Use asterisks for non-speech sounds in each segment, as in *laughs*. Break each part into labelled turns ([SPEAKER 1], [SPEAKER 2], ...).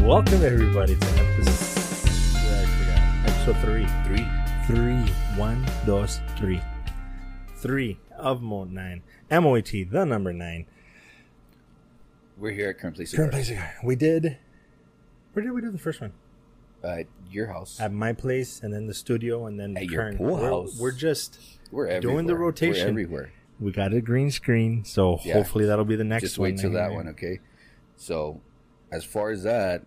[SPEAKER 1] Welcome everybody to episode I forgot. episode three.
[SPEAKER 2] Three.
[SPEAKER 1] Three. One, dos, three. Three of Mode Nine. M O E T the number nine.
[SPEAKER 2] We're here at Current Place.
[SPEAKER 1] Current place cigar. We did where did we do the first one?
[SPEAKER 2] Uh, your house.
[SPEAKER 1] At my place and then the studio and then
[SPEAKER 2] At
[SPEAKER 1] the
[SPEAKER 2] your
[SPEAKER 1] current
[SPEAKER 2] pool
[SPEAKER 1] we're,
[SPEAKER 2] house.
[SPEAKER 1] we're just
[SPEAKER 2] We're everywhere.
[SPEAKER 1] doing the rotation.
[SPEAKER 2] We're everywhere.
[SPEAKER 1] we got a green screen, so
[SPEAKER 2] Yeah.
[SPEAKER 1] hopefully that'll be the next
[SPEAKER 2] Just
[SPEAKER 1] one.
[SPEAKER 2] wait till that
[SPEAKER 1] anyway.
[SPEAKER 2] one, okay? So, as far as that,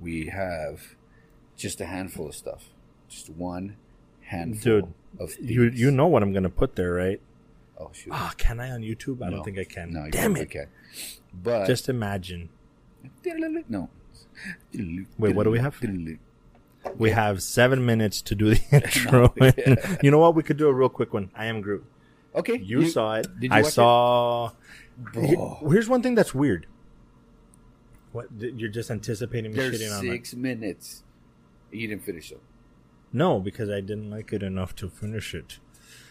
[SPEAKER 2] we have just a handful of stuff. Just one handful
[SPEAKER 1] Dude,
[SPEAKER 2] of things.
[SPEAKER 1] You you know what I'm gonna put there, right?
[SPEAKER 2] Oh, shoot.
[SPEAKER 1] Ah, can I on YouTube? I
[SPEAKER 2] No.
[SPEAKER 1] don't think I can.
[SPEAKER 2] No, you
[SPEAKER 1] Damn
[SPEAKER 2] probably
[SPEAKER 1] it!
[SPEAKER 2] Can. But
[SPEAKER 1] Just imagine.
[SPEAKER 2] *laughs* no.
[SPEAKER 1] Wait, what do we have?
[SPEAKER 2] All
[SPEAKER 1] We have seven minutes to do the intro.
[SPEAKER 2] *laughs*
[SPEAKER 1] you know what? We could do a real quick one. I am Groot.
[SPEAKER 2] *laughs* Okay,
[SPEAKER 1] You, saw it.
[SPEAKER 2] did you
[SPEAKER 1] I
[SPEAKER 2] watch it?
[SPEAKER 1] saw.
[SPEAKER 2] Oh.
[SPEAKER 1] *laughs* Here-
[SPEAKER 2] Bro,
[SPEAKER 1] Here's one thing that's weird. What th- you're just anticipating me
[SPEAKER 2] there's
[SPEAKER 1] shitting on it?
[SPEAKER 2] six minutes. You didn't finish it.
[SPEAKER 1] No, because I didn't like it enough to finish it.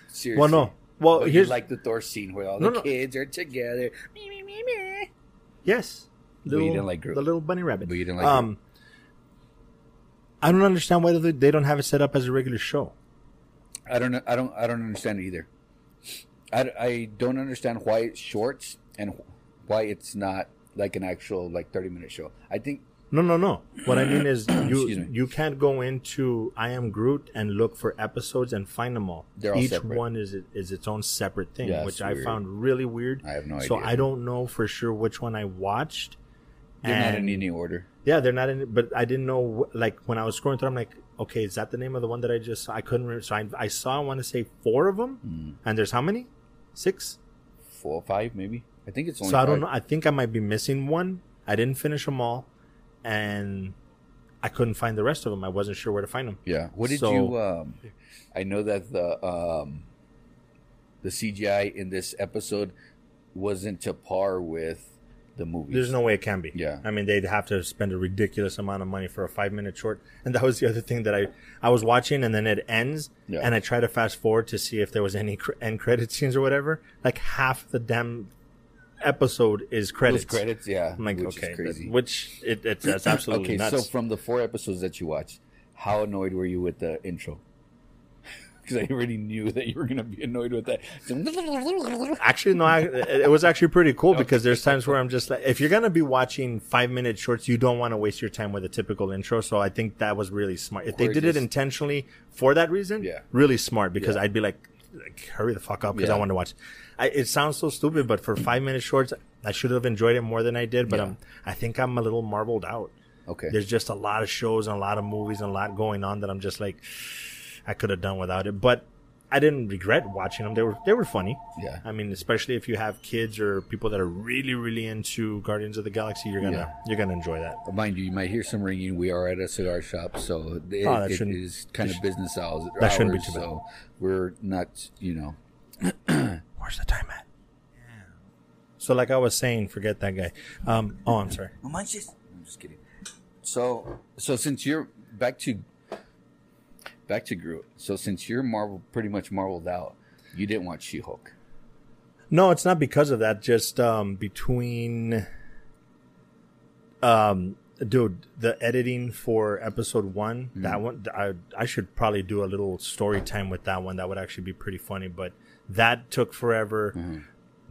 [SPEAKER 2] Seriously.
[SPEAKER 1] Well, no. Well,
[SPEAKER 2] But
[SPEAKER 1] Oh, here's
[SPEAKER 2] you like the Thor scene where all
[SPEAKER 1] No,
[SPEAKER 2] the
[SPEAKER 1] no.
[SPEAKER 2] kids are together. Me, me, me, me.
[SPEAKER 1] yes.
[SPEAKER 2] But you didn't like Groot.
[SPEAKER 1] the little bunny rabbit.
[SPEAKER 2] But you didn't like
[SPEAKER 1] um. I don't understand why they- they don't have it set up as a regular show.
[SPEAKER 2] I don't know. I don't. I don't understand it either. I, I don't understand why it's shorts and why it's not like an actual like thirty minute show. I think
[SPEAKER 1] No, no, no. What I mean
[SPEAKER 2] *clears throat*
[SPEAKER 1] is
[SPEAKER 2] Excuse
[SPEAKER 1] you
[SPEAKER 2] me.
[SPEAKER 1] you can't go into I am Groot and look for episodes and find them all.
[SPEAKER 2] They're all
[SPEAKER 1] Each
[SPEAKER 2] separate.
[SPEAKER 1] one is is its own separate thing,
[SPEAKER 2] Yeah,
[SPEAKER 1] which
[SPEAKER 2] it's
[SPEAKER 1] I
[SPEAKER 2] weird.
[SPEAKER 1] found really weird.
[SPEAKER 2] I have no
[SPEAKER 1] so
[SPEAKER 2] idea.
[SPEAKER 1] I don't know for sure which one I watched.
[SPEAKER 2] they're not in
[SPEAKER 1] And-
[SPEAKER 2] any order.
[SPEAKER 1] Yeah, they're not in. But I didn't know. wh- Like when I was scrolling through, I'm like, okay, is that the name of the one that I just? I couldn't remember. So I, I saw. I want to say four of them.
[SPEAKER 2] Mm,
[SPEAKER 1] And there's how many? Six.
[SPEAKER 2] four, five, maybe. I think it's only.
[SPEAKER 1] So I don't
[SPEAKER 2] five.
[SPEAKER 1] know. I think I might be missing one. I didn't finish them all, and I couldn't find the rest of them. I wasn't sure where to find them.
[SPEAKER 2] Yeah. What did
[SPEAKER 1] So-
[SPEAKER 2] you? Um, I know that the um, the CGI in this episode wasn't to par with the movie.
[SPEAKER 1] There's no way it can be.
[SPEAKER 2] Yeah.
[SPEAKER 1] I mean, they'd have to spend a ridiculous amount of money for a five minute short. And that was the other thing that I, I was watching and then it ends
[SPEAKER 2] Yeah.
[SPEAKER 1] and I try to fast forward to see if there was any cr- end credit scenes or whatever. Like half the damn episode is
[SPEAKER 2] Those
[SPEAKER 1] credits.
[SPEAKER 2] credits. Yeah.
[SPEAKER 1] I'm like,
[SPEAKER 2] which
[SPEAKER 1] okay,
[SPEAKER 2] is crazy.
[SPEAKER 1] that- which it, it's, that's absolutely
[SPEAKER 2] *clears throat* okay,
[SPEAKER 1] nuts.
[SPEAKER 2] so from the four episodes that you watched, how annoyed were you with the intro? *laughs* Because I already knew that you were going to be annoyed with that.
[SPEAKER 1] Actually, no, I, it it was actually pretty cool because there's times where I'm just like, if you're going to be watching five minute shorts, you don't want to waste your time with a typical intro. So I think that was really smart. If they
[SPEAKER 2] Or
[SPEAKER 1] did it
[SPEAKER 2] just-
[SPEAKER 1] intentionally for that reason,
[SPEAKER 2] Yeah.
[SPEAKER 1] really smart because
[SPEAKER 2] Yeah.
[SPEAKER 1] I'd be like, like, hurry the fuck up because I
[SPEAKER 2] Yeah.
[SPEAKER 1] want to watch. I, it sounds so stupid, but for five minute shorts, I should have enjoyed it more than I did. But
[SPEAKER 2] Yeah.
[SPEAKER 1] I'm, I think I'm a little marbled out.
[SPEAKER 2] okay,
[SPEAKER 1] There's just a lot of shows and a lot of movies and a lot going on that I'm just like, I could have done without it. But I didn't regret watching them. They were they were funny.
[SPEAKER 2] yeah,
[SPEAKER 1] I mean, especially if you have kids or people that are really, really into Guardians of the Galaxy, you're gonna you're gonna enjoy that.
[SPEAKER 2] mind you, you might hear some ringing. We are at a cigar shop, so it,
[SPEAKER 1] Oh, that
[SPEAKER 2] it
[SPEAKER 1] shouldn't-
[SPEAKER 2] is kind of business hours.
[SPEAKER 1] that shouldn't be
[SPEAKER 2] hours,
[SPEAKER 1] too bad.
[SPEAKER 2] So we're not, you know,
[SPEAKER 1] Where's the time at? So, like I was saying, forget that guy. Um, oh, I'm sorry.
[SPEAKER 2] No manches. I'm just kidding. So, so since you're back to back to Groot, so since you're Marvel, pretty much marveled out, you didn't watch She-Hulk.
[SPEAKER 1] No, it's not because of that. Just um, between, um, dude, the editing for episode one,
[SPEAKER 2] Hmm.
[SPEAKER 1] that one, I I should probably do a little story time with that one. That would actually be pretty funny. But that took forever.
[SPEAKER 2] Hmm.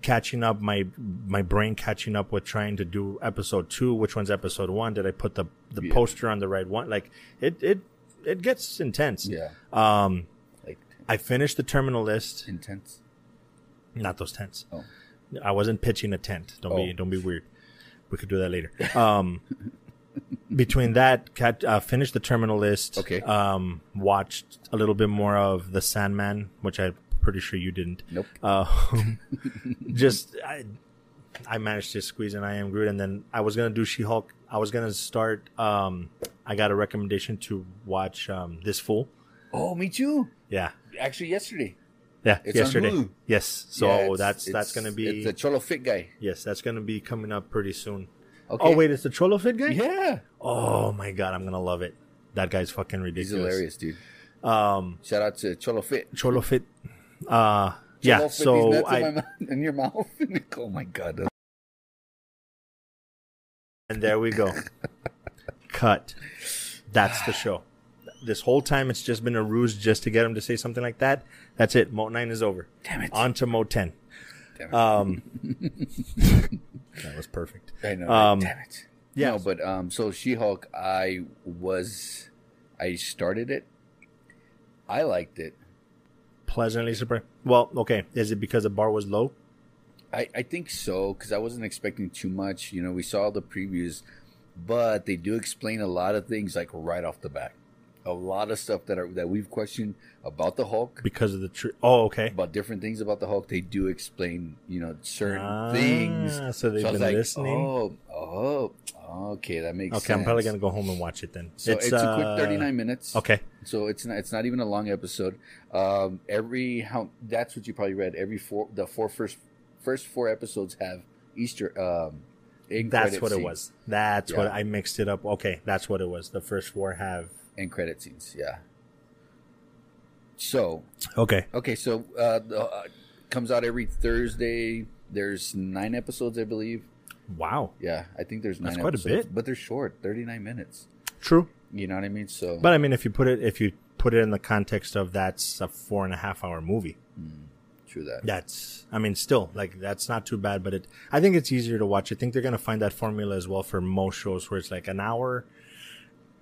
[SPEAKER 1] Catching up my my brain catching up with trying to do episode two. Which one's episode one? Did I put the the
[SPEAKER 2] Yeah.
[SPEAKER 1] poster on the right one? Like it it it gets intense.
[SPEAKER 2] Yeah,
[SPEAKER 1] Um,
[SPEAKER 2] like
[SPEAKER 1] I finished the terminal list.
[SPEAKER 2] intense.
[SPEAKER 1] Not those tents.
[SPEAKER 2] Oh.
[SPEAKER 1] I wasn't pitching a tent. Don't be
[SPEAKER 2] Oh.
[SPEAKER 1] don't be weird. We could do that later. Um, *laughs* between that, cat uh, finished the terminal list.
[SPEAKER 2] Okay.
[SPEAKER 1] Um, watched a little bit more of the Sandman, which I'm pretty sure you didn't.
[SPEAKER 2] Nope.
[SPEAKER 1] Uh, just I, I managed to squeeze in I am Groot, and then I was gonna do She Hulk. I was gonna start. Um, I got a recommendation to watch um, this fool.
[SPEAKER 2] Oh, me too.
[SPEAKER 1] Yeah.
[SPEAKER 2] Actually, yesterday.
[SPEAKER 1] Yeah,
[SPEAKER 2] It's on
[SPEAKER 1] yesterday.
[SPEAKER 2] Hulu.
[SPEAKER 1] Yes, so
[SPEAKER 2] Yeah, it's-
[SPEAKER 1] that's that's
[SPEAKER 2] it's-
[SPEAKER 1] gonna be
[SPEAKER 2] it's the Cholo Fit guy.
[SPEAKER 1] Yes, that's going to be coming up pretty soon.
[SPEAKER 2] Okay.
[SPEAKER 1] Oh, wait, it's the Cholo Fit guy?
[SPEAKER 2] Yeah,
[SPEAKER 1] Oh, my God, I'm going to love it. That guy's fucking
[SPEAKER 2] he's
[SPEAKER 1] ridiculous.
[SPEAKER 2] hilarious, dude.
[SPEAKER 1] Um,
[SPEAKER 2] Shout out to Cholo Fit.
[SPEAKER 1] Cholo Fit. Uh, yeah,
[SPEAKER 2] Cholo Fit, these
[SPEAKER 1] so
[SPEAKER 2] nuts in, my
[SPEAKER 1] I,
[SPEAKER 2] mouth, in your mouth. *laughs* oh my god. *laughs*
[SPEAKER 1] and there we go. cut. That's the show. This whole time, it's just been a ruse just to get him to say something like that. That's it. Moat 9 is over.
[SPEAKER 2] Damn it.
[SPEAKER 1] On to Moat 10.
[SPEAKER 2] Damn it. *laughs*
[SPEAKER 1] Um, that was perfect.
[SPEAKER 2] I know.
[SPEAKER 1] um,
[SPEAKER 2] damn it.
[SPEAKER 1] yeah.
[SPEAKER 2] No, but um, so She Hulk, I was, I started it. I liked it.
[SPEAKER 1] Pleasantly surprised. Well, okay. Is it because the bar was low?
[SPEAKER 2] I, I think so because I wasn't expecting too much. You know, we saw the previews, but they do explain a lot of things like right off the bat. A lot of stuff that are that we've questioned about the Hulk,
[SPEAKER 1] Because of the tree. Oh, okay.
[SPEAKER 2] about different things about the Hulk. They do explain, you know, certain
[SPEAKER 1] Ah,
[SPEAKER 2] things.
[SPEAKER 1] So they've
[SPEAKER 2] I was
[SPEAKER 1] been
[SPEAKER 2] like,
[SPEAKER 1] listening.
[SPEAKER 2] Oh, oh, okay, that makes
[SPEAKER 1] okay,
[SPEAKER 2] sense.
[SPEAKER 1] I'm probably gonna go home and watch it then. uh,
[SPEAKER 2] So it's, a quick 39 minutes.
[SPEAKER 1] Okay,
[SPEAKER 2] So it's not, it's not even a long episode. Um, every how that's what you probably read. Every four the four first first four episodes have Easter. Um, end
[SPEAKER 1] that's
[SPEAKER 2] credit
[SPEAKER 1] what it
[SPEAKER 2] scenes-
[SPEAKER 1] was. That's what
[SPEAKER 2] Yeah.
[SPEAKER 1] I mixed it up. Okay, that's what it was. The first four have.
[SPEAKER 2] End credit scenes. Yeah. So
[SPEAKER 1] Okay,
[SPEAKER 2] okay, so uh, the, uh, comes out every Thursday. There's nine episodes, I believe.
[SPEAKER 1] wow,
[SPEAKER 2] Yeah, I think there's nine.
[SPEAKER 1] That's quite a
[SPEAKER 2] episodes,
[SPEAKER 1] bit.
[SPEAKER 2] but they're short, thirty nine minutes.
[SPEAKER 1] true.
[SPEAKER 2] You know what I mean? So,
[SPEAKER 1] But I mean, if you put it, if you put it in the context of that's a four and a half hour movie,
[SPEAKER 2] Mm, true that.
[SPEAKER 1] that's I mean, still like that's not too bad. But it, I think it's easier to watch. I think they're gonna find that formula as well for most shows where it's like an hour.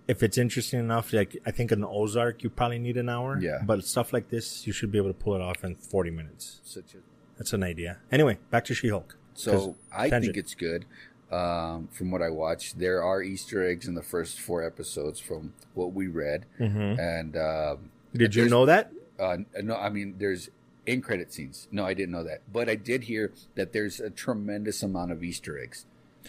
[SPEAKER 1] If it's interesting enough, like I think in Ozark you probably need an hour.
[SPEAKER 2] Yeah.
[SPEAKER 1] But stuff like this, you should be able to pull it off in 40 minutes.
[SPEAKER 2] Such a
[SPEAKER 1] That's an idea. Anyway, back to She Hulk.
[SPEAKER 2] So I
[SPEAKER 1] tangent.
[SPEAKER 2] think it's good. Um, from what I watched, there are Easter eggs in the first four episodes from what we read, and um,
[SPEAKER 1] Mm-hmm. Did you
[SPEAKER 2] there's-
[SPEAKER 1] know that?
[SPEAKER 2] uh, no, I mean there's in credit scenes. No, I didn't know that, but I did hear that there's a tremendous amount of Easter eggs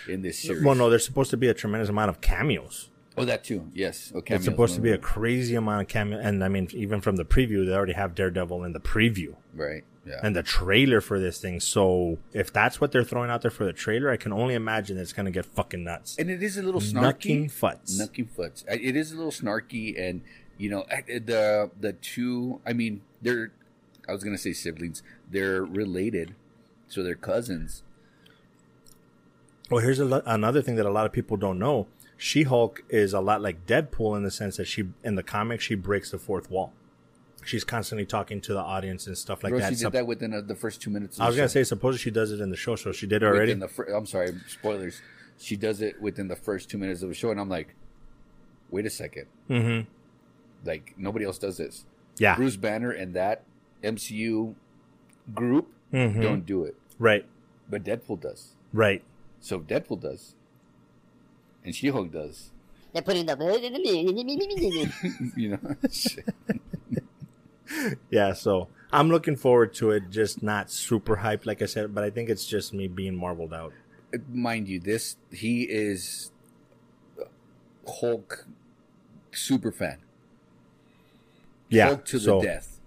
[SPEAKER 2] in this series.
[SPEAKER 1] Well, no, there's supposed to be a tremendous amount of cameos.
[SPEAKER 2] Oh, that too. Yes. Okay.
[SPEAKER 1] It's supposed to be a
[SPEAKER 2] mm-hmm.
[SPEAKER 1] crazy amount of cameos. And I mean, even from the preview, they already have Daredevil in the preview
[SPEAKER 2] right. Yeah.
[SPEAKER 1] and the trailer for this thing. So if that's what they're throwing out there for the trailer, I can only imagine it's going to get fucking nuts.
[SPEAKER 2] and it is a little snarky.
[SPEAKER 1] Nucking futs.
[SPEAKER 2] Nucky Foots. I- It is a little snarky, and you know I- the the two. I mean, they're. I was gonna say siblings. They're related, so they're cousins.
[SPEAKER 1] Well, Oh, here's a lo- another thing that a lot of people don't know. She Hulk is a lot like Deadpool in the sense that she, in the comic, she breaks the fourth wall. She's constantly talking to the audience and stuff like
[SPEAKER 2] Rosie
[SPEAKER 1] that.
[SPEAKER 2] did
[SPEAKER 1] Sup-
[SPEAKER 2] that within uh, the first two minutes. Of
[SPEAKER 1] I was
[SPEAKER 2] the
[SPEAKER 1] gonna
[SPEAKER 2] show.
[SPEAKER 1] say, suppose she does it in the show, so she did it already.
[SPEAKER 2] Within the fir- I'm sorry, spoilers. She does it within the first two minutes of the show, and I'm like, wait a second.
[SPEAKER 1] mm-hmm.
[SPEAKER 2] Like nobody else does this.
[SPEAKER 1] Yeah,
[SPEAKER 2] uh, Bruce Banner and that MCU group
[SPEAKER 1] Mhm.
[SPEAKER 2] don't do it,
[SPEAKER 1] right,
[SPEAKER 2] but Deadpool does.
[SPEAKER 1] right.
[SPEAKER 2] So if Deadpool does, and She Hulk does. *laughs*
[SPEAKER 3] They're putting *laughs* the.
[SPEAKER 2] you know.
[SPEAKER 1] Yeah, so I'm looking forward to it. Just not super hyped, like I said, but I think it's just me being marveled out.
[SPEAKER 2] *laughs* Mind you, this he is Hulk super fan.
[SPEAKER 1] Yeah,
[SPEAKER 2] Hulk to
[SPEAKER 1] so
[SPEAKER 2] the death.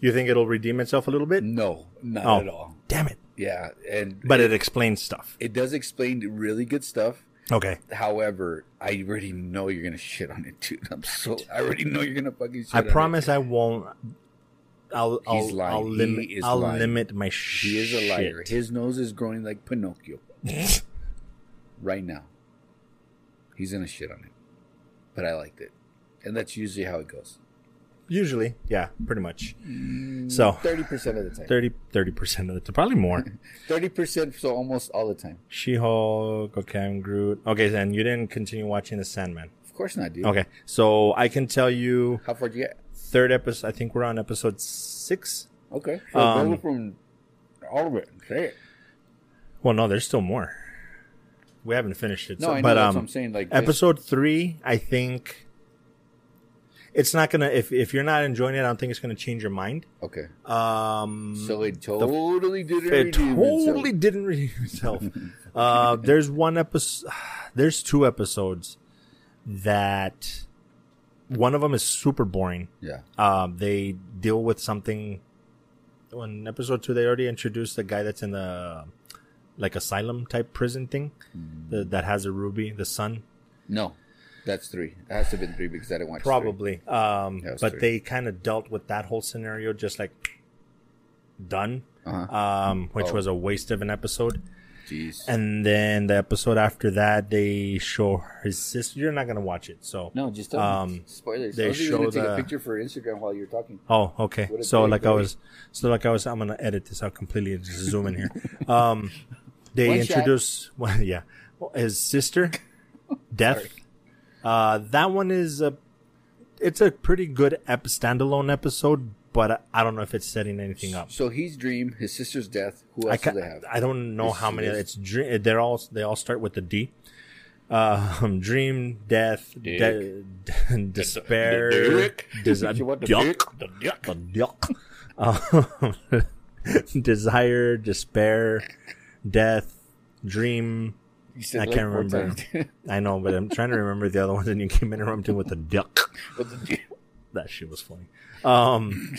[SPEAKER 1] you think it'll redeem itself a little bit?
[SPEAKER 2] No, not
[SPEAKER 1] Oh.
[SPEAKER 2] at all.
[SPEAKER 1] Damn it!
[SPEAKER 2] Yeah, and
[SPEAKER 1] But it explains stuff.
[SPEAKER 2] it does explain really good stuff.
[SPEAKER 1] Okay,
[SPEAKER 2] However, I already know you're gonna shit on it, dude. I'm so I already know you're gonna fucking shit
[SPEAKER 1] I
[SPEAKER 2] on it.
[SPEAKER 1] promise I won't. I'll
[SPEAKER 2] He's
[SPEAKER 1] I'll,
[SPEAKER 2] lying.
[SPEAKER 1] I'll
[SPEAKER 2] He
[SPEAKER 1] limit
[SPEAKER 2] is
[SPEAKER 1] I'll
[SPEAKER 2] lying.
[SPEAKER 1] limit my shit.
[SPEAKER 2] He is a liar. His nose is growing like Pinocchio right now. He's gonna shit on it. But I liked it. And that's usually how it goes.
[SPEAKER 1] *laughs* Usually, yeah, pretty much.
[SPEAKER 2] Mm.
[SPEAKER 1] So
[SPEAKER 2] Thirty percent of the time.
[SPEAKER 1] 30 percent of the probably
[SPEAKER 2] *laughs*
[SPEAKER 1] more.
[SPEAKER 2] Thirty percent, so almost all the time.
[SPEAKER 1] She Hulk. Okay, I'm Groot. Okay, then you didn't continue watching The Sandman.
[SPEAKER 2] Of course not, dude.
[SPEAKER 1] Okay, so I can tell you
[SPEAKER 2] How far do you get?
[SPEAKER 1] third episode. I think we're on episode six.
[SPEAKER 2] Okay. So
[SPEAKER 1] Um,
[SPEAKER 2] go from all of it. Say it.
[SPEAKER 1] Well, no, there's still more. We haven't finished it.
[SPEAKER 2] No,
[SPEAKER 1] so-
[SPEAKER 2] I know
[SPEAKER 1] but
[SPEAKER 2] that's
[SPEAKER 1] um,
[SPEAKER 2] what I'm saying. Like this-
[SPEAKER 1] episode three, I think it's not gonna. If if you're not enjoying it, I don't think it's gonna change your mind.
[SPEAKER 2] Okay.
[SPEAKER 1] Um,
[SPEAKER 2] So it totally didn't
[SPEAKER 1] it
[SPEAKER 2] redeem itself.
[SPEAKER 1] totally didn't redeem itself. uh, there's one episode. *sighs* There's two episodes that one of them is super boring.
[SPEAKER 2] Yeah.
[SPEAKER 1] Um, they deal with something. In episode two, they already introduced the guy that's in the like asylum type prison thing
[SPEAKER 2] Hmm.
[SPEAKER 1] the, that has a ruby, the sun,
[SPEAKER 2] No. That's three. It has to have been three because I didn't watch three.
[SPEAKER 1] probably. Um,
[SPEAKER 2] That was
[SPEAKER 1] but
[SPEAKER 2] three.
[SPEAKER 1] they kind of dealt with that whole scenario just like done,
[SPEAKER 2] Uh-huh.
[SPEAKER 1] um, which
[SPEAKER 2] Oh.
[SPEAKER 1] was a waste of an episode.
[SPEAKER 2] Jeez.
[SPEAKER 1] And then the episode after that, they show his sister. You're not gonna watch it, so.
[SPEAKER 2] no, just tell me.
[SPEAKER 1] um,
[SPEAKER 2] spoilers.
[SPEAKER 1] they
[SPEAKER 2] I was even gonna
[SPEAKER 1] show
[SPEAKER 2] take a
[SPEAKER 1] the-
[SPEAKER 2] picture for Instagram while you're talking.
[SPEAKER 1] Oh, okay.
[SPEAKER 2] What a
[SPEAKER 1] So
[SPEAKER 2] great
[SPEAKER 1] like I
[SPEAKER 2] movie.
[SPEAKER 1] was, so like I was, I'm gonna edit this out completely and just zoom in here.
[SPEAKER 2] *laughs*
[SPEAKER 1] Um, they
[SPEAKER 2] One shot.
[SPEAKER 1] introduce, well, yeah, Well, his
[SPEAKER 2] *laughs*
[SPEAKER 1] sister, death. Uh, that one is a, it's a pretty good ep- standalone episode, but I, I don't know if it's setting anything up.
[SPEAKER 2] So he's dream, his sister's death. Who
[SPEAKER 1] I
[SPEAKER 2] else do
[SPEAKER 1] can
[SPEAKER 2] they have?
[SPEAKER 1] I don't know
[SPEAKER 2] It's-
[SPEAKER 1] how many.
[SPEAKER 2] it's-
[SPEAKER 1] It's dream. They're all they all start with the D. Um, dream, death, de- de- *laughs* despair,
[SPEAKER 2] Dick.
[SPEAKER 1] des-
[SPEAKER 2] You want the
[SPEAKER 1] duck.
[SPEAKER 2] dick?
[SPEAKER 1] The duck. Um, *laughs* desire, despair, death, dream.
[SPEAKER 2] You said
[SPEAKER 1] I
[SPEAKER 2] like
[SPEAKER 1] can't
[SPEAKER 2] four
[SPEAKER 1] remember.
[SPEAKER 2] times. *laughs*
[SPEAKER 1] I know, but I'm trying to remember the other ones, and you came in and rubbed in with the duck.
[SPEAKER 2] But the-
[SPEAKER 1] That shit was funny. Um,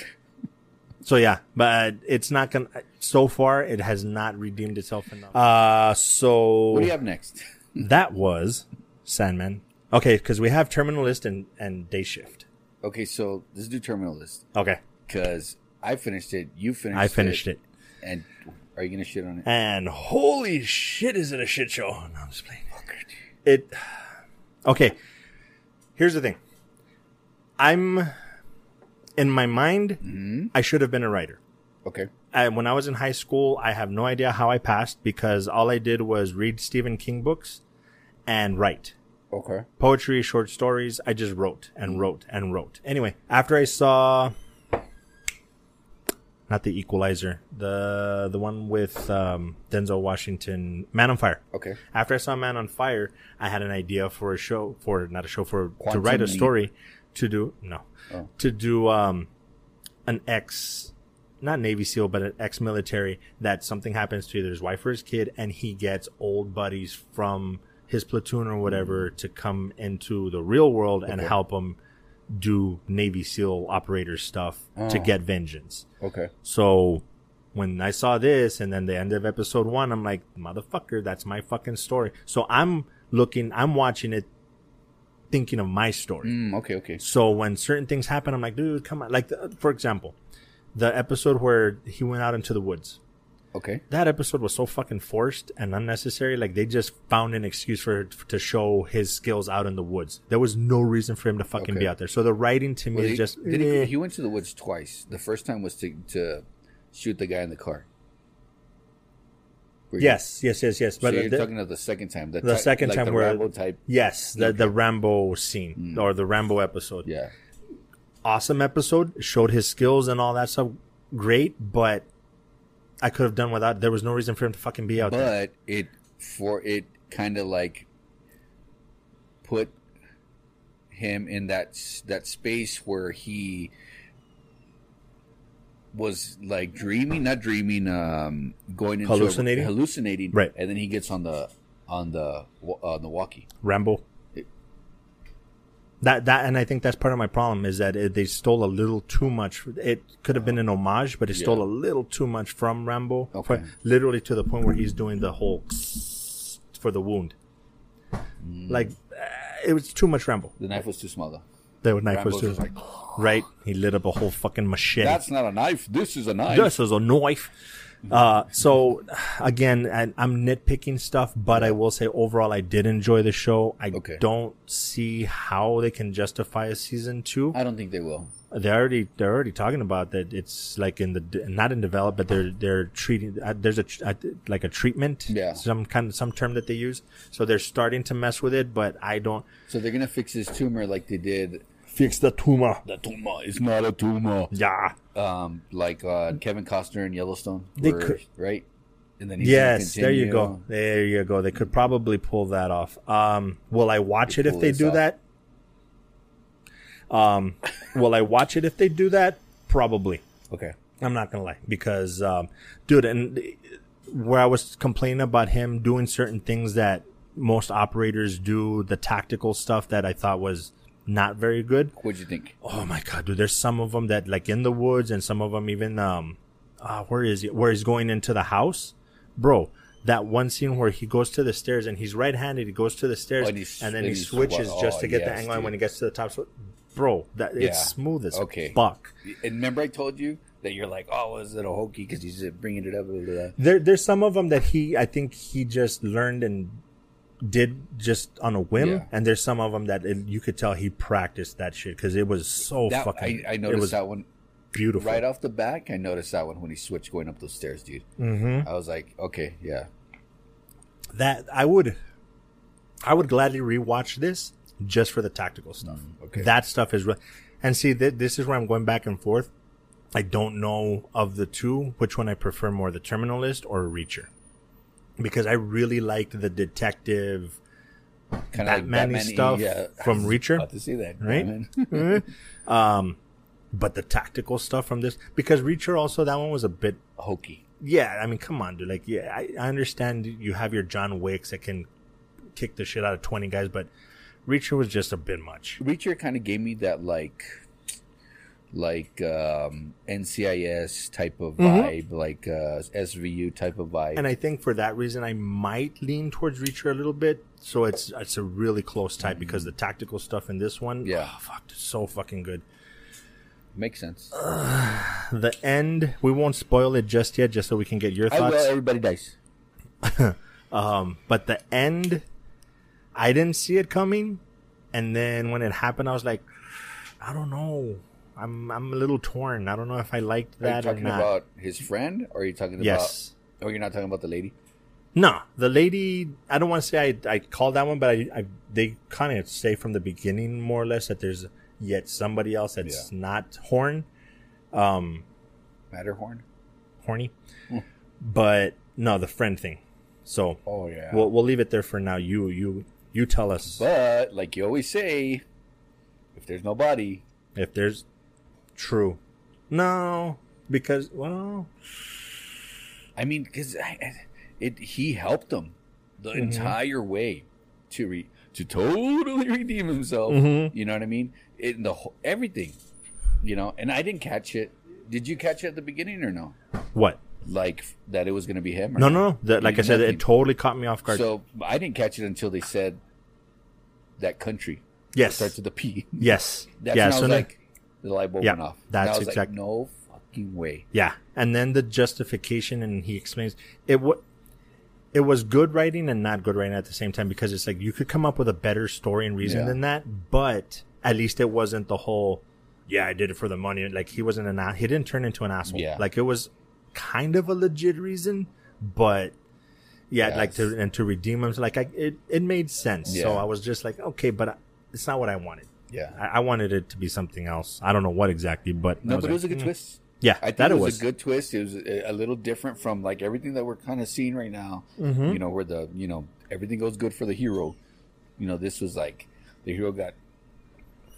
[SPEAKER 1] *laughs* so yeah, but it's not gonna. So far, it has not redeemed itself enough. Uh, so
[SPEAKER 2] what do you have next?
[SPEAKER 1] that was Sandman. Okay, because we have Terminalist and and Day Shift.
[SPEAKER 2] Okay, so let's do Terminal List
[SPEAKER 1] Okay,
[SPEAKER 2] because I finished it. You finished.
[SPEAKER 1] I finished it,
[SPEAKER 2] And are you gonna shit on it?
[SPEAKER 1] and holy shit, is it a shit show? No, I'm just playing. It. Okay, here's the thing. I'm in my mind.
[SPEAKER 2] Mm-hmm.
[SPEAKER 1] I should have been a writer.
[SPEAKER 2] Okay.
[SPEAKER 1] I, when I was in high school, I have no idea how I passed because all I did was read Stephen King books and write
[SPEAKER 2] Okay.
[SPEAKER 1] poetry, short stories. I just wrote and wrote and wrote. Anyway, after I saw not the Equalizer, the the one with um, Denzel Washington, Man on Fire.
[SPEAKER 2] Okay.
[SPEAKER 1] After I saw Man on Fire, I had an idea for a show for not a show for
[SPEAKER 2] Quantum
[SPEAKER 1] to write a
[SPEAKER 2] Leap.
[SPEAKER 1] story to do no
[SPEAKER 2] Oh.
[SPEAKER 1] to do um an ex not Navy SEAL but an ex military that something happens to either his wife or his kid and he gets old buddies from his platoon or whatever to come into the real world and
[SPEAKER 2] Mm-hmm. Okay.
[SPEAKER 1] help him do Navy SEAL operator stuff to
[SPEAKER 2] Oh.
[SPEAKER 1] get vengeance.
[SPEAKER 2] Okay.
[SPEAKER 1] So when I saw this and then the end of episode one, I'm like, motherfucker, that's my fucking story. So I'm looking, I'm watching it thinking of my story.
[SPEAKER 2] Mm, okay. Okay.
[SPEAKER 1] So when certain things happen, I'm like, dude, come on. Like, the, for example, the episode where he went out into the woods.
[SPEAKER 2] Okay.
[SPEAKER 1] That episode was so fucking forced and unnecessary. Like they just found an excuse for to show his skills out in the woods. There was no reason for him to fucking
[SPEAKER 2] Okay.
[SPEAKER 1] be out there. So the writing to me
[SPEAKER 2] Well,
[SPEAKER 1] is
[SPEAKER 2] he,
[SPEAKER 1] just
[SPEAKER 2] did he,
[SPEAKER 1] eh.
[SPEAKER 2] he went to the woods twice. The first time was to to shoot the guy in the car. Were you-
[SPEAKER 1] yes, yes, yes, yes.
[SPEAKER 2] So
[SPEAKER 1] But
[SPEAKER 2] you're
[SPEAKER 1] the-
[SPEAKER 2] talking about the second time. The,
[SPEAKER 1] the
[SPEAKER 2] ti-
[SPEAKER 1] second
[SPEAKER 2] like
[SPEAKER 1] time
[SPEAKER 2] the
[SPEAKER 1] where-
[SPEAKER 2] Rambo type.
[SPEAKER 1] Yes, the the Rambo scene or the Rambo episode.
[SPEAKER 2] Mm. Yeah.
[SPEAKER 1] Awesome episode. Showed his skills and all that stuff. Great, but I could have done without. There was no reason for him to fucking be out there.
[SPEAKER 2] but it for it kind of like put him in that s- that space where he was like dreaming not dreaming um going into a-
[SPEAKER 1] Hallucinating?
[SPEAKER 2] hallucinating
[SPEAKER 1] Right.
[SPEAKER 2] and then he gets on the on the wa- on the walkie
[SPEAKER 1] Rambo. That that and I think that's part of my problem is that it, they stole a little too much. It could have been an homage, but it stole a little too much from Rambo.
[SPEAKER 2] Okay.
[SPEAKER 1] Literally to the point where he's doing the whole for the wound.
[SPEAKER 2] Mm.
[SPEAKER 1] Like uh, it was too much Rambo.
[SPEAKER 2] the knife was too small though
[SPEAKER 1] The knife was
[SPEAKER 2] Rambo's
[SPEAKER 1] too
[SPEAKER 2] just like,
[SPEAKER 1] *sighs* right. He lit up a whole fucking machete.
[SPEAKER 2] that's not a knife this is a knife
[SPEAKER 1] this is a knife. Uh, so again, I, I'm nitpicking stuff, but I will say overall, I did enjoy the show. I
[SPEAKER 2] Okay.
[SPEAKER 1] don't see how they can justify a season two.
[SPEAKER 2] i don't think they will
[SPEAKER 1] They're already they're already talking about that. It's like in the de- not in develop, but they're they're treating. Uh, there's a, tr- uh, like a treatment,
[SPEAKER 2] Yeah.
[SPEAKER 1] Some kind of some term that they use. So they're starting to mess with it, but I don't
[SPEAKER 2] so they're gonna fix his tumor like they did
[SPEAKER 1] fix the tumor.
[SPEAKER 2] the tumor is not a tumor
[SPEAKER 1] Yeah,
[SPEAKER 2] um, like uh, Kevin Costner in Yellowstone,
[SPEAKER 1] They
[SPEAKER 2] where-
[SPEAKER 1] could-
[SPEAKER 2] right? And then
[SPEAKER 1] Yes, there you
[SPEAKER 2] continue.
[SPEAKER 1] go. There you go. They could probably pull that off. Um, will I watch it if
[SPEAKER 2] pull
[SPEAKER 1] they
[SPEAKER 2] this
[SPEAKER 1] do
[SPEAKER 2] off.
[SPEAKER 1] that? Um, will I watch it if they do that? Probably.
[SPEAKER 2] Okay,
[SPEAKER 1] I'm not gonna lie because, um, dude, and where I was complaining about him doing certain things that most operators do, the tactical stuff that I thought was not very good.
[SPEAKER 2] what'd you think?
[SPEAKER 1] Oh my god, dude! There's some of them that like in the woods, and some of them even um, uh, where is he? Where he's going into the house, bro? That one scene where he goes to the stairs and he's right-handed, he goes to the stairs
[SPEAKER 2] Oh,
[SPEAKER 1] and,
[SPEAKER 2] and he
[SPEAKER 1] then he
[SPEAKER 2] swings.
[SPEAKER 1] switches
[SPEAKER 2] Wow.
[SPEAKER 1] just
[SPEAKER 2] Oh,
[SPEAKER 1] to get the
[SPEAKER 2] yes,
[SPEAKER 1] angle. And when he
[SPEAKER 2] dude.
[SPEAKER 1] gets to the top, so, bro, that
[SPEAKER 2] Yeah.
[SPEAKER 1] it's smooth as
[SPEAKER 2] Okay.
[SPEAKER 1] fuck.
[SPEAKER 2] And remember, I told you that you're like, oh, was it a hokey? Because he's just bringing it up. uh, Blah, blah, blah.
[SPEAKER 1] There, there's some of them that he, I think he just learned and did just on a whim,
[SPEAKER 2] Yeah.
[SPEAKER 1] and there's some of them that it, you could tell he practiced that shit because it was so
[SPEAKER 2] That-
[SPEAKER 1] Oh, fucking.
[SPEAKER 2] I, I
[SPEAKER 1] it
[SPEAKER 2] noticed
[SPEAKER 1] was
[SPEAKER 2] that one
[SPEAKER 1] beautiful.
[SPEAKER 2] right off the back. I noticed that one when he switched going up those stairs, dude.
[SPEAKER 1] hmm
[SPEAKER 2] I was like, okay, yeah,
[SPEAKER 1] That I would, I would gladly rewatch this just for the tactical stuff.
[SPEAKER 2] okay.
[SPEAKER 1] That stuff is, re- and see, th- this is where I'm going back and forth. I don't know of the two which one I prefer more, the Terminalist or Reacher, because I really liked the detective.
[SPEAKER 2] kind
[SPEAKER 1] Batman-y stuff
[SPEAKER 2] *laughs*
[SPEAKER 1] from Reacher.
[SPEAKER 2] About to see that,
[SPEAKER 1] Right?
[SPEAKER 2] Batman. *laughs*
[SPEAKER 1] Um, but the tactical stuff from this, because Reacher also that one was a bit.
[SPEAKER 2] hokey.
[SPEAKER 1] Yeah, I mean, come on, dude. Like, yeah, I, I understand you have your John Wicks that can kick the shit out of twenty guys, but Reacher was just a bit much.
[SPEAKER 2] Reacher kind of gave me that like, like um, NCIS type of vibe, like uh, SVU type of vibe.
[SPEAKER 1] Mm-hmm. And I think for that reason, I might lean towards Reacher a little bit. So it's it's a really close tie because the tactical stuff in this one,
[SPEAKER 2] Yeah.
[SPEAKER 1] oh, fuck, it's so fucking good.
[SPEAKER 2] Makes sense.
[SPEAKER 1] The end, we won't spoil it just yet, just so we can get your
[SPEAKER 2] I will.
[SPEAKER 1] thoughts.
[SPEAKER 2] Everybody dies.
[SPEAKER 1] Um, but the end, I didn't see it coming, and then when it happened, I was like, I don't know. I'm I'm a little torn. I don't know if I liked
[SPEAKER 2] Are you
[SPEAKER 1] that or
[SPEAKER 2] talking
[SPEAKER 1] not.
[SPEAKER 2] about his friend, or are you talking about?
[SPEAKER 1] yes.
[SPEAKER 2] Oh, you're not talking about the lady.
[SPEAKER 1] No, the lady. I don't want to say I I called that one, but I, I they kind of say from the beginning more or less that there's yet somebody else that's not Horn, um,
[SPEAKER 2] Matterhorn.
[SPEAKER 1] horny, but no, the friend thing. So
[SPEAKER 2] Hmm. Oh yeah.
[SPEAKER 1] we'll we'll leave it there for now. You you you tell us
[SPEAKER 2] but like you always say, if there's no body,
[SPEAKER 1] if there's true. No, because well,
[SPEAKER 2] I mean, because it he helped him the
[SPEAKER 1] Mm-hmm.
[SPEAKER 2] entire way to re, to totally *laughs* redeem himself.
[SPEAKER 1] Mhm.
[SPEAKER 2] You know what I mean? In the whole, everything, you know. And I didn't catch it. Did you catch it at the beginning or no?
[SPEAKER 1] what?
[SPEAKER 2] Like f- that it was going to be him? Or
[SPEAKER 1] No, no, no. That,
[SPEAKER 2] You
[SPEAKER 1] like I
[SPEAKER 2] did
[SPEAKER 1] said,
[SPEAKER 2] nothing.
[SPEAKER 1] it totally caught me off guard.
[SPEAKER 2] So I didn't catch it until they said that country
[SPEAKER 1] yes,
[SPEAKER 2] starts with a P. *laughs*
[SPEAKER 1] yes,
[SPEAKER 2] That's
[SPEAKER 1] yeah.
[SPEAKER 2] when I
[SPEAKER 1] so
[SPEAKER 2] was
[SPEAKER 1] no-
[SPEAKER 2] like, the light bulb
[SPEAKER 1] Yeah,
[SPEAKER 2] went off.
[SPEAKER 1] that's
[SPEAKER 2] and I was
[SPEAKER 1] exact-
[SPEAKER 2] like, no fucking way.
[SPEAKER 1] Yeah, and then the justification, and he explains it. What it was good writing and not good writing at the same time because it's like you could come up with a better story and reason
[SPEAKER 2] Yeah.
[SPEAKER 1] than that, but at least it wasn't the whole. Yeah, I did it for the money. Like he wasn't an a- he didn't turn into an asshole.
[SPEAKER 2] Yeah.
[SPEAKER 1] like it was kind of a legit reason, but yeah, like
[SPEAKER 2] Yes.
[SPEAKER 1] to and to redeem him. Like I, it it made sense. So
[SPEAKER 2] Yeah.
[SPEAKER 1] I was just like, okay, but I, it's not what I wanted.
[SPEAKER 2] Yeah.
[SPEAKER 1] I, I wanted it to be something else. I don't know what exactly, but I
[SPEAKER 2] No,
[SPEAKER 1] was
[SPEAKER 2] but it
[SPEAKER 1] like,
[SPEAKER 2] was a good
[SPEAKER 1] mm.
[SPEAKER 2] twist.
[SPEAKER 1] Yeah,
[SPEAKER 2] I think
[SPEAKER 1] that
[SPEAKER 2] it was, a good twist. It was a, a little different from like everything that we're kind of seeing right now.
[SPEAKER 1] Mhm.
[SPEAKER 2] You know, where the you know everything goes good for the hero. You know, this was like the hero got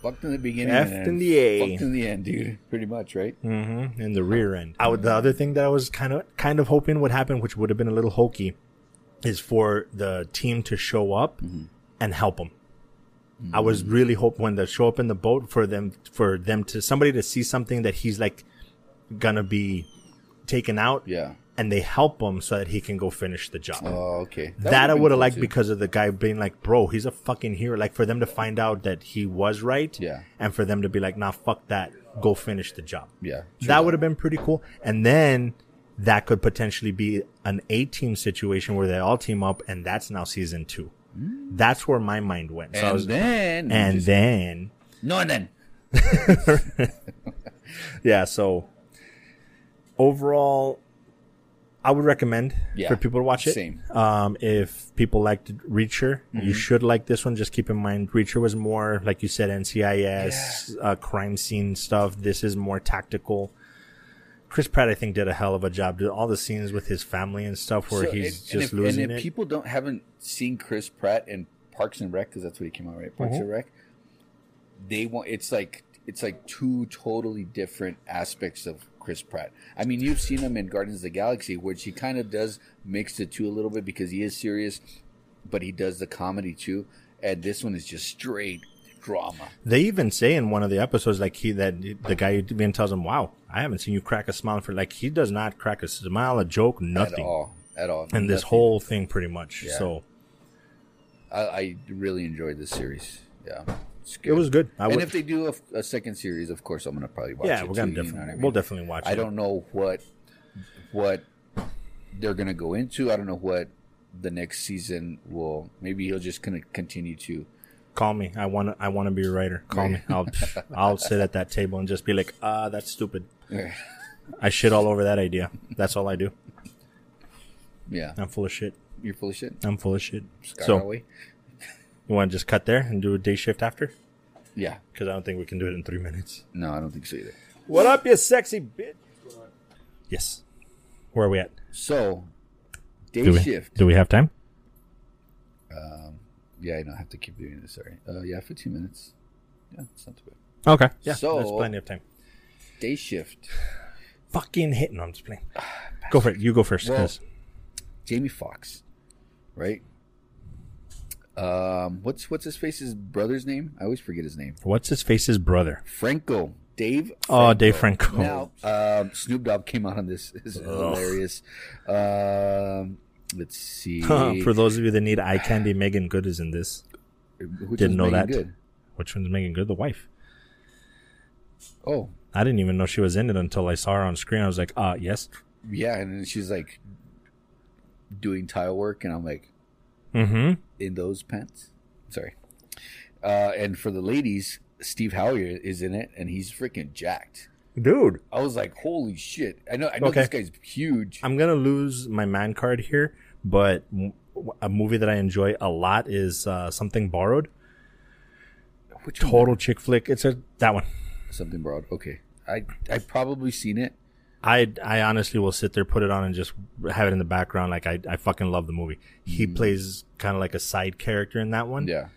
[SPEAKER 2] fucked in the beginning,
[SPEAKER 1] Effed
[SPEAKER 2] and
[SPEAKER 1] in the A.
[SPEAKER 2] fucked in the end, dude. *laughs* Pretty much, right?
[SPEAKER 1] Mm-hmm. In the rear end. I would, the other thing that I was kind of kind of hoping would happen, which would have been a little hokey, is for the team to show up
[SPEAKER 2] Mm-hmm.
[SPEAKER 1] and help them. I was really hoping when they show up in the boat for them for them to somebody to see something that he's like gonna be taken out,
[SPEAKER 2] Yeah.
[SPEAKER 1] and they help him so that he can go finish the job.
[SPEAKER 2] Oh, okay.
[SPEAKER 1] that, I
[SPEAKER 2] been
[SPEAKER 1] would have
[SPEAKER 2] cool,
[SPEAKER 1] liked
[SPEAKER 2] too.
[SPEAKER 1] because of the guy being like, "Bro, he's a fucking hero." Like for them to find out that he was right,
[SPEAKER 2] Yeah.
[SPEAKER 1] and for them to be like, "Nah, fuck that, go finish the job."
[SPEAKER 2] yeah,
[SPEAKER 1] that would have been pretty cool. And then that could potentially be an A team situation where they all team up, and that's now season two. That's where my mind went. So I
[SPEAKER 2] Mm. and
[SPEAKER 1] was,
[SPEAKER 2] then
[SPEAKER 1] and
[SPEAKER 2] just-
[SPEAKER 1] then,
[SPEAKER 2] no, and then
[SPEAKER 1] yeah. So overall, I would recommend
[SPEAKER 2] Yeah,
[SPEAKER 1] for people to watch it.
[SPEAKER 2] same. Mm-hmm.
[SPEAKER 1] Um, if people liked Reacher, you should like this one. Just keep in mind, Reacher was more like you said, NCIS, uh, crime scene stuff. This is more tactical. Chris Pratt, I think, did a hell of a job. Did all the scenes with his family and stuff where
[SPEAKER 2] So,
[SPEAKER 1] he's
[SPEAKER 2] and
[SPEAKER 1] just
[SPEAKER 2] if,
[SPEAKER 1] losing
[SPEAKER 2] And if
[SPEAKER 1] it.
[SPEAKER 2] people don't haven't seen Chris Pratt in Parks and Rec because that's what he came out right,
[SPEAKER 1] Mm-hmm.
[SPEAKER 2] Parks and Rec. They want it's like it's like two totally different aspects of Chris Pratt. I mean, you've seen him in Guardians of the Galaxy, which he kind of does mix the two a little bit because he is serious, but he does the comedy too. And this one is just straight drama.
[SPEAKER 1] They even say in one of the episodes, like he that the guy even tells him, "Wow, I haven't seen you crack a smile for like he does not crack a smile, a joke,
[SPEAKER 2] At
[SPEAKER 1] nothing."
[SPEAKER 2] all, at all,
[SPEAKER 1] And this
[SPEAKER 2] Nothing.
[SPEAKER 1] whole thing, pretty much.
[SPEAKER 2] Yeah.
[SPEAKER 1] So
[SPEAKER 2] I, I really enjoyed this series. Yeah. It's
[SPEAKER 1] It was good. I
[SPEAKER 2] and
[SPEAKER 1] would,
[SPEAKER 2] if they do a, a second series, of course, I'm gonna probably watch.
[SPEAKER 1] yeah,
[SPEAKER 2] it
[SPEAKER 1] we're gonna
[SPEAKER 2] too, you know
[SPEAKER 1] definitely
[SPEAKER 2] what I mean?
[SPEAKER 1] we'll definitely watch.
[SPEAKER 2] I
[SPEAKER 1] it.
[SPEAKER 2] don't know what what they're gonna go into. I don't know what the next season will. Maybe he'll just gonna continue to. *laughs*
[SPEAKER 1] call me. I want to. I want to be a writer. Call me. I'll I'll sit at that table and just be like, ah, that's stupid. I shit all over that idea. That's all I do.
[SPEAKER 2] Yeah,
[SPEAKER 1] I'm full of shit.
[SPEAKER 2] you're full of shit.
[SPEAKER 1] I'm full of shit.
[SPEAKER 2] Scott
[SPEAKER 1] so
[SPEAKER 2] Holloway?
[SPEAKER 1] you want to just cut there and do a day shift after?
[SPEAKER 2] yeah,
[SPEAKER 1] Because I don't think we can do it in three minutes.
[SPEAKER 2] no, I don't think so either.
[SPEAKER 1] What up, you sexy bitch? Yes. Where are we at?
[SPEAKER 2] So day
[SPEAKER 1] Do we,
[SPEAKER 2] shift.
[SPEAKER 1] do we have time?
[SPEAKER 2] Yeah, I don't have to keep doing this. Sorry. Uh, yeah, 15 minutes. Yeah, it's not too bad.
[SPEAKER 1] Okay. Yeah.
[SPEAKER 2] So-
[SPEAKER 1] there's plenty of time.
[SPEAKER 2] Day shift.
[SPEAKER 1] Fucking hit. No, I'm just playing. Go for it. You go first.
[SPEAKER 2] Well-
[SPEAKER 1] 'cause-
[SPEAKER 2] Jamie Fox, right? Um, what's what's his face's brother's name? I always forget his name.
[SPEAKER 1] what's his face's brother?
[SPEAKER 2] Franco, Dave.
[SPEAKER 1] Oh, Dave Franco. *laughs*
[SPEAKER 2] Now, um, Snoop Dogg came out on this. *laughs* This is hilarious. Um, let's
[SPEAKER 1] *laughs*
[SPEAKER 2] see.
[SPEAKER 1] For those of you that need eye candy, Megan Good is in this.
[SPEAKER 2] Which
[SPEAKER 1] Didn't
[SPEAKER 2] one's
[SPEAKER 1] know
[SPEAKER 2] Megan
[SPEAKER 1] that.
[SPEAKER 2] Good?
[SPEAKER 1] Which one's Megan Good? The wife.
[SPEAKER 2] Oh,
[SPEAKER 1] I didn't even know she was in it until I saw her on screen. I was like, ah, yes.
[SPEAKER 2] yeah, and then she's like doing tile work, and I'm like,
[SPEAKER 1] Mm-hmm.
[SPEAKER 2] in those pants. Sorry. Uh, and for the ladies, Steve Howie is in it, and he's freaking jacked.
[SPEAKER 1] Dude,
[SPEAKER 2] I was like, holy shit! I know, I know
[SPEAKER 1] Okay.
[SPEAKER 2] this guy's huge.
[SPEAKER 1] I'm gonna lose my man card here, but m- a movie that I enjoy a lot is uh, Something Borrowed.
[SPEAKER 2] Which one?
[SPEAKER 1] Total chick flick. It's a that one.
[SPEAKER 2] something broad. Okay, I I probably seen it.
[SPEAKER 1] I I honestly will sit there, put it on, and just have it in the background. Like I I fucking love the movie. He plays kind of like a side character in that one.
[SPEAKER 2] Yeah,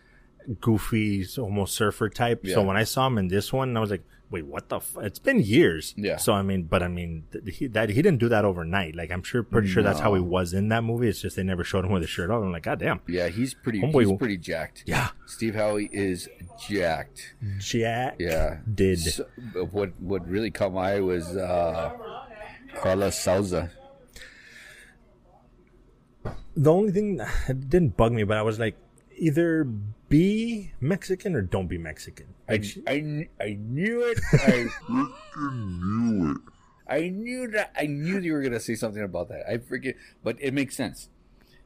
[SPEAKER 1] goofy, almost surfer type. So
[SPEAKER 2] Yeah.
[SPEAKER 1] when I saw him in this one, I was like, "Wait, what the? F-? It's been years."
[SPEAKER 2] Yeah.
[SPEAKER 1] So I mean, but I mean, th- he, that he didn't do that overnight. Like I'm sure, pretty sure that's how he was in that movie. It's just they never showed him with a shirt on. I'm like, "God damn."
[SPEAKER 2] yeah, he's pretty.
[SPEAKER 1] Homeboy-
[SPEAKER 2] He's pretty jacked.
[SPEAKER 1] Yeah.
[SPEAKER 2] Steve Howie is jacked.
[SPEAKER 1] Jack.
[SPEAKER 2] Yeah.
[SPEAKER 1] Did
[SPEAKER 2] So, but what what really caught my eye was uh, Carla Souza.
[SPEAKER 1] the only thing it didn't bug me, but I was like, either be Mexican or don't be Mexican.
[SPEAKER 2] I, I, kn- I
[SPEAKER 1] *laughs*
[SPEAKER 2] knew it. I freaking knew it. I knew that. I knew you were gonna say something about that. I freaking, but it makes sense.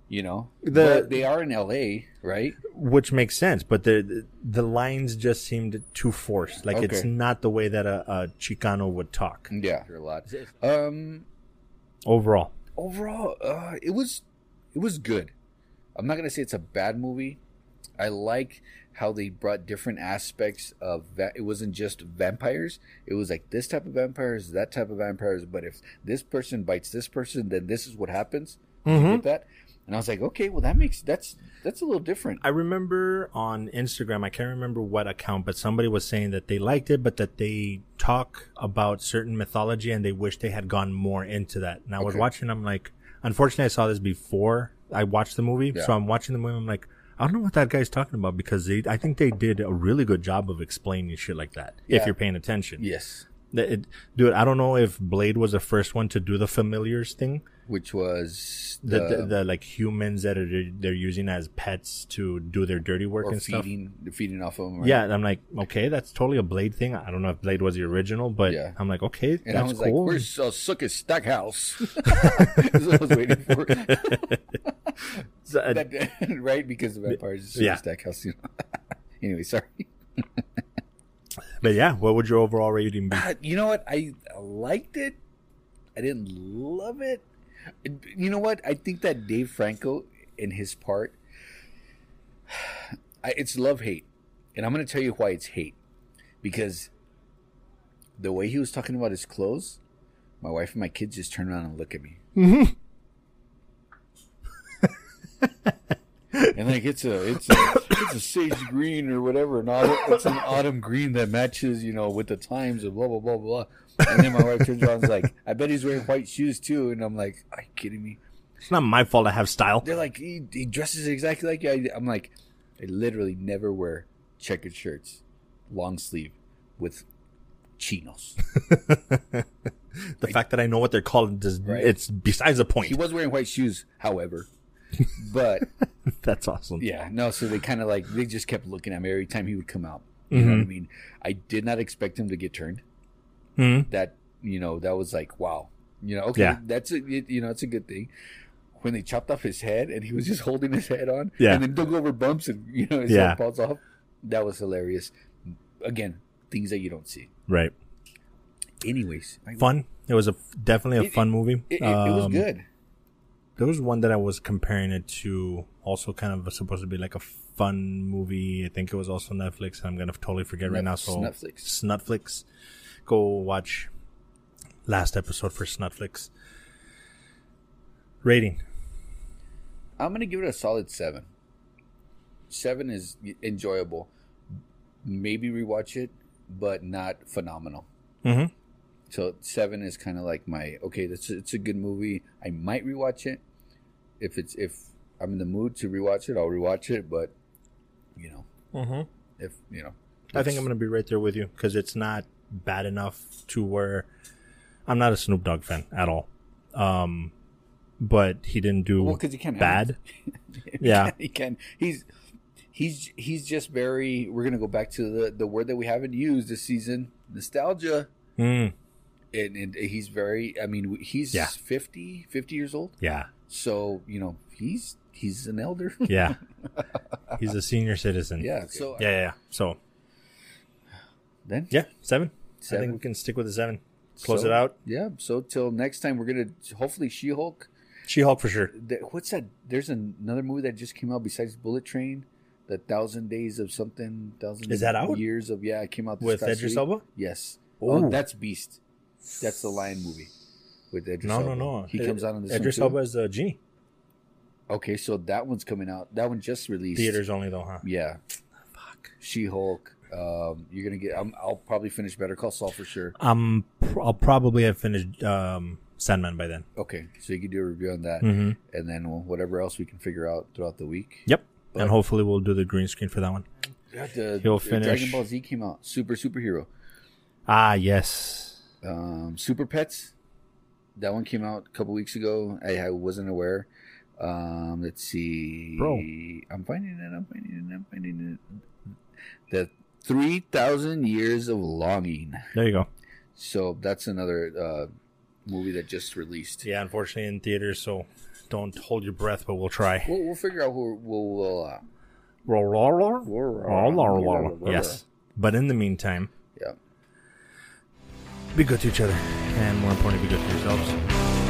[SPEAKER 2] You know,
[SPEAKER 1] The-
[SPEAKER 2] But they are in L.A., right?
[SPEAKER 1] which makes sense but the the lines just seemed too forced like it's
[SPEAKER 2] Okay.
[SPEAKER 1] not the way that a, a chicano would talk
[SPEAKER 2] Yeah, a lot. Um,
[SPEAKER 1] overall
[SPEAKER 2] overall, uh, it was it was good. I'm not gonna say it's a bad movie. I like how they brought different aspects of that. It wasn't just vampires. It was like this type of vampires, that type of vampires. But if this person bites this person, then this is what happens. Did
[SPEAKER 1] Mm-hmm.
[SPEAKER 2] you get that? And I was like, okay, well that makes that's that's a little different.
[SPEAKER 1] I remember on Instagram, I can't remember what account, but somebody was saying that they liked it, but that they talk about certain mythology and they wish they had gone more into that. And I was
[SPEAKER 2] Okay.
[SPEAKER 1] watching, I'm like, unfortunately, I saw this before I watched the movie.
[SPEAKER 2] Yeah.
[SPEAKER 1] So I'm watching the movie, I'm like, I don't know what that guy's talking about because they, I think they did a really good job of explaining shit like that. If
[SPEAKER 2] Yeah.
[SPEAKER 1] you're paying attention,
[SPEAKER 2] Yes,
[SPEAKER 1] That it- dude, I don't know if Blade was the first one to do the familiars thing
[SPEAKER 2] which was
[SPEAKER 1] the,
[SPEAKER 2] the,
[SPEAKER 1] the, the like humans that are they're using as pets to do their dirty work
[SPEAKER 2] or
[SPEAKER 1] and stuff.
[SPEAKER 2] feeding feeding off of them. Right?
[SPEAKER 1] Yeah, and I'm like, okay, that's totally a Blade thing. I don't know if Blade was the original, but
[SPEAKER 2] Yeah.
[SPEAKER 1] I'm like, okay,
[SPEAKER 2] And I
[SPEAKER 1] that's
[SPEAKER 2] was
[SPEAKER 1] cool.
[SPEAKER 2] like, "Where's uh, Suckus Stackhouse?" *laughs* That's what I was waiting *laughs* for.
[SPEAKER 1] *laughs* So, uh,
[SPEAKER 2] That- *laughs* right? Because the vampires is
[SPEAKER 1] Yeah.
[SPEAKER 2] Suckus Stackhouse. You know? *laughs* anyway, sorry.
[SPEAKER 1] but yeah, what would your overall rating be?
[SPEAKER 2] Uh, you know what? I liked it. I didn't love it. You know what? I think that Dave Franco, in his part, *sighs* I, it's love hate, and I'm going to tell you why it's hate, because the way he was talking about his clothes, my wife and my kids just turn around and look at me. and like it's a it's a it's a sage green or whatever, and autumn, it's an autumn green that matches you know with the times and blah blah blah blah. And then my wife turns around and is like, "I bet he's wearing white shoes too," and I'm like, "Are you kidding me?"
[SPEAKER 1] It's not my fault I have style.
[SPEAKER 2] They're like, he, he dresses exactly like you. I, I'm like, I literally never wear checkered shirts, long sleeve, with chinos.
[SPEAKER 1] *laughs* The fact that I know what they're called does
[SPEAKER 2] Right.
[SPEAKER 1] it's besides the
[SPEAKER 2] He
[SPEAKER 1] point.
[SPEAKER 2] was wearing white shoes, however. But
[SPEAKER 1] *laughs* That's awesome.
[SPEAKER 2] yeah, no. So they kind of like they just kept looking at me every time he would come out. You know what I mean? I did not expect him to get turned.
[SPEAKER 1] hmm
[SPEAKER 2] That you know that was like wow. You know, okay,
[SPEAKER 1] Yeah.
[SPEAKER 2] that's a it- you know it's a good thing. When they chopped off his head and he was just *laughs* holding his head on,
[SPEAKER 1] Yeah.
[SPEAKER 2] and then dug over bumps and you know his
[SPEAKER 1] Yeah.
[SPEAKER 2] head falls off. That was hilarious. Again, things that you don't see.
[SPEAKER 1] Right.
[SPEAKER 2] Anyways, I-
[SPEAKER 1] Fun. It was a definitely a
[SPEAKER 2] It-
[SPEAKER 1] fun movie.
[SPEAKER 2] It, it, it was
[SPEAKER 1] Um,
[SPEAKER 2] good.
[SPEAKER 1] There was one that I was comparing it to, also kind of supposed to be like a fun movie. I think it was also Netflix. I'm gonna totally forget right now.
[SPEAKER 2] Nef-
[SPEAKER 1] So
[SPEAKER 2] Snutflix.
[SPEAKER 1] Snutflix. Go watch last episode for Snutflix. Rating.
[SPEAKER 2] I'm gonna give it a solid seven. Seven is enjoyable. Maybe rewatch it, but not phenomenal.
[SPEAKER 1] Mm-hmm.
[SPEAKER 2] So seven is kind of like my okay. That's it's a good movie. I might rewatch it if it's if I'm in the mood to rewatch it. I'll rewatch it, but you know
[SPEAKER 1] Mm-hmm.
[SPEAKER 2] if you know.
[SPEAKER 1] I think I'm going to be right there with you because it's not bad enough to where I'm not a Snoop Dogg fan at all. Um, but he didn't do
[SPEAKER 2] Well, 'cause you can't have
[SPEAKER 1] bad.
[SPEAKER 2] *laughs*
[SPEAKER 1] yeah,
[SPEAKER 2] he can. He's he's he's just very. We're gonna go back to the the word that we haven't used this season: nostalgia.
[SPEAKER 1] mm,
[SPEAKER 2] and, and he's very i mean he's
[SPEAKER 1] Yeah.
[SPEAKER 2] 50 50 years old
[SPEAKER 1] yeah,
[SPEAKER 2] so you know he's he's an elder *laughs*
[SPEAKER 1] yeah. He's a senior citizen.
[SPEAKER 2] yeah so
[SPEAKER 1] yeah, yeah. yeah. So
[SPEAKER 2] then
[SPEAKER 1] yeah, seven. I
[SPEAKER 2] Seven.
[SPEAKER 1] think we can stick with the seven. Close
[SPEAKER 2] So-
[SPEAKER 1] it out.
[SPEAKER 2] yeah so till next time we're gonna hopefully she-hulk
[SPEAKER 1] She-Hulk for sure.
[SPEAKER 2] th- what's that there's another movie that just came out besides bullet train the thousand days of something thousand
[SPEAKER 1] Is that out?
[SPEAKER 2] years of yeah it came out this
[SPEAKER 1] With
[SPEAKER 2] past
[SPEAKER 1] Edris
[SPEAKER 2] week.
[SPEAKER 1] Elba?
[SPEAKER 2] yes oh
[SPEAKER 1] Ooh.
[SPEAKER 2] that's beast that's the lion movie with Edris
[SPEAKER 1] No, no,
[SPEAKER 2] Elba.
[SPEAKER 1] no. Uh,
[SPEAKER 2] He comes out on this
[SPEAKER 1] Idris
[SPEAKER 2] one too?
[SPEAKER 1] Elba is the genie.
[SPEAKER 2] Okay, so that one's coming out. That one just released.
[SPEAKER 1] Theaters only though, huh?
[SPEAKER 2] Yeah. Fuck. She Hulk. Um, you're gonna get. I'm, I'll probably finish Better Call Saul for sure.
[SPEAKER 1] Um, pr- I'll probably have finished um Sandman by then.
[SPEAKER 2] Okay, so you can do a review on that,
[SPEAKER 1] Mm-hmm.
[SPEAKER 2] and then well, whatever else we can figure out throughout the week.
[SPEAKER 1] Yep. And hopefully we'll do the green screen for that one.
[SPEAKER 2] Yeah, the,
[SPEAKER 1] He'll
[SPEAKER 2] the
[SPEAKER 1] finish-
[SPEAKER 2] Dragon Ball Z came out. Super superhero.
[SPEAKER 1] Ah, yes.
[SPEAKER 2] Um, Super Pets. That one came out a couple weeks ago. I, I wasn't aware. Um, let's see.
[SPEAKER 1] Bro.
[SPEAKER 2] I'm finding it. I'm finding it. I'm finding it. The three thousand years of longing.
[SPEAKER 1] There you go.
[SPEAKER 2] So that's another uh, movie that just released.
[SPEAKER 1] Yeah, unfortunately in theaters, so don't hold your breath, but we'll try.
[SPEAKER 2] We'll, we'll figure out who we'll. we'll uh,
[SPEAKER 1] Roar, roar, roar.
[SPEAKER 2] Roar,
[SPEAKER 1] Roar,
[SPEAKER 2] roar,
[SPEAKER 1] roar,
[SPEAKER 2] roar,
[SPEAKER 1] roar.
[SPEAKER 2] roar.
[SPEAKER 1] Yes. But in the meantime,
[SPEAKER 2] yeah.
[SPEAKER 1] be good to each other, and more importantly, be good to yourselves.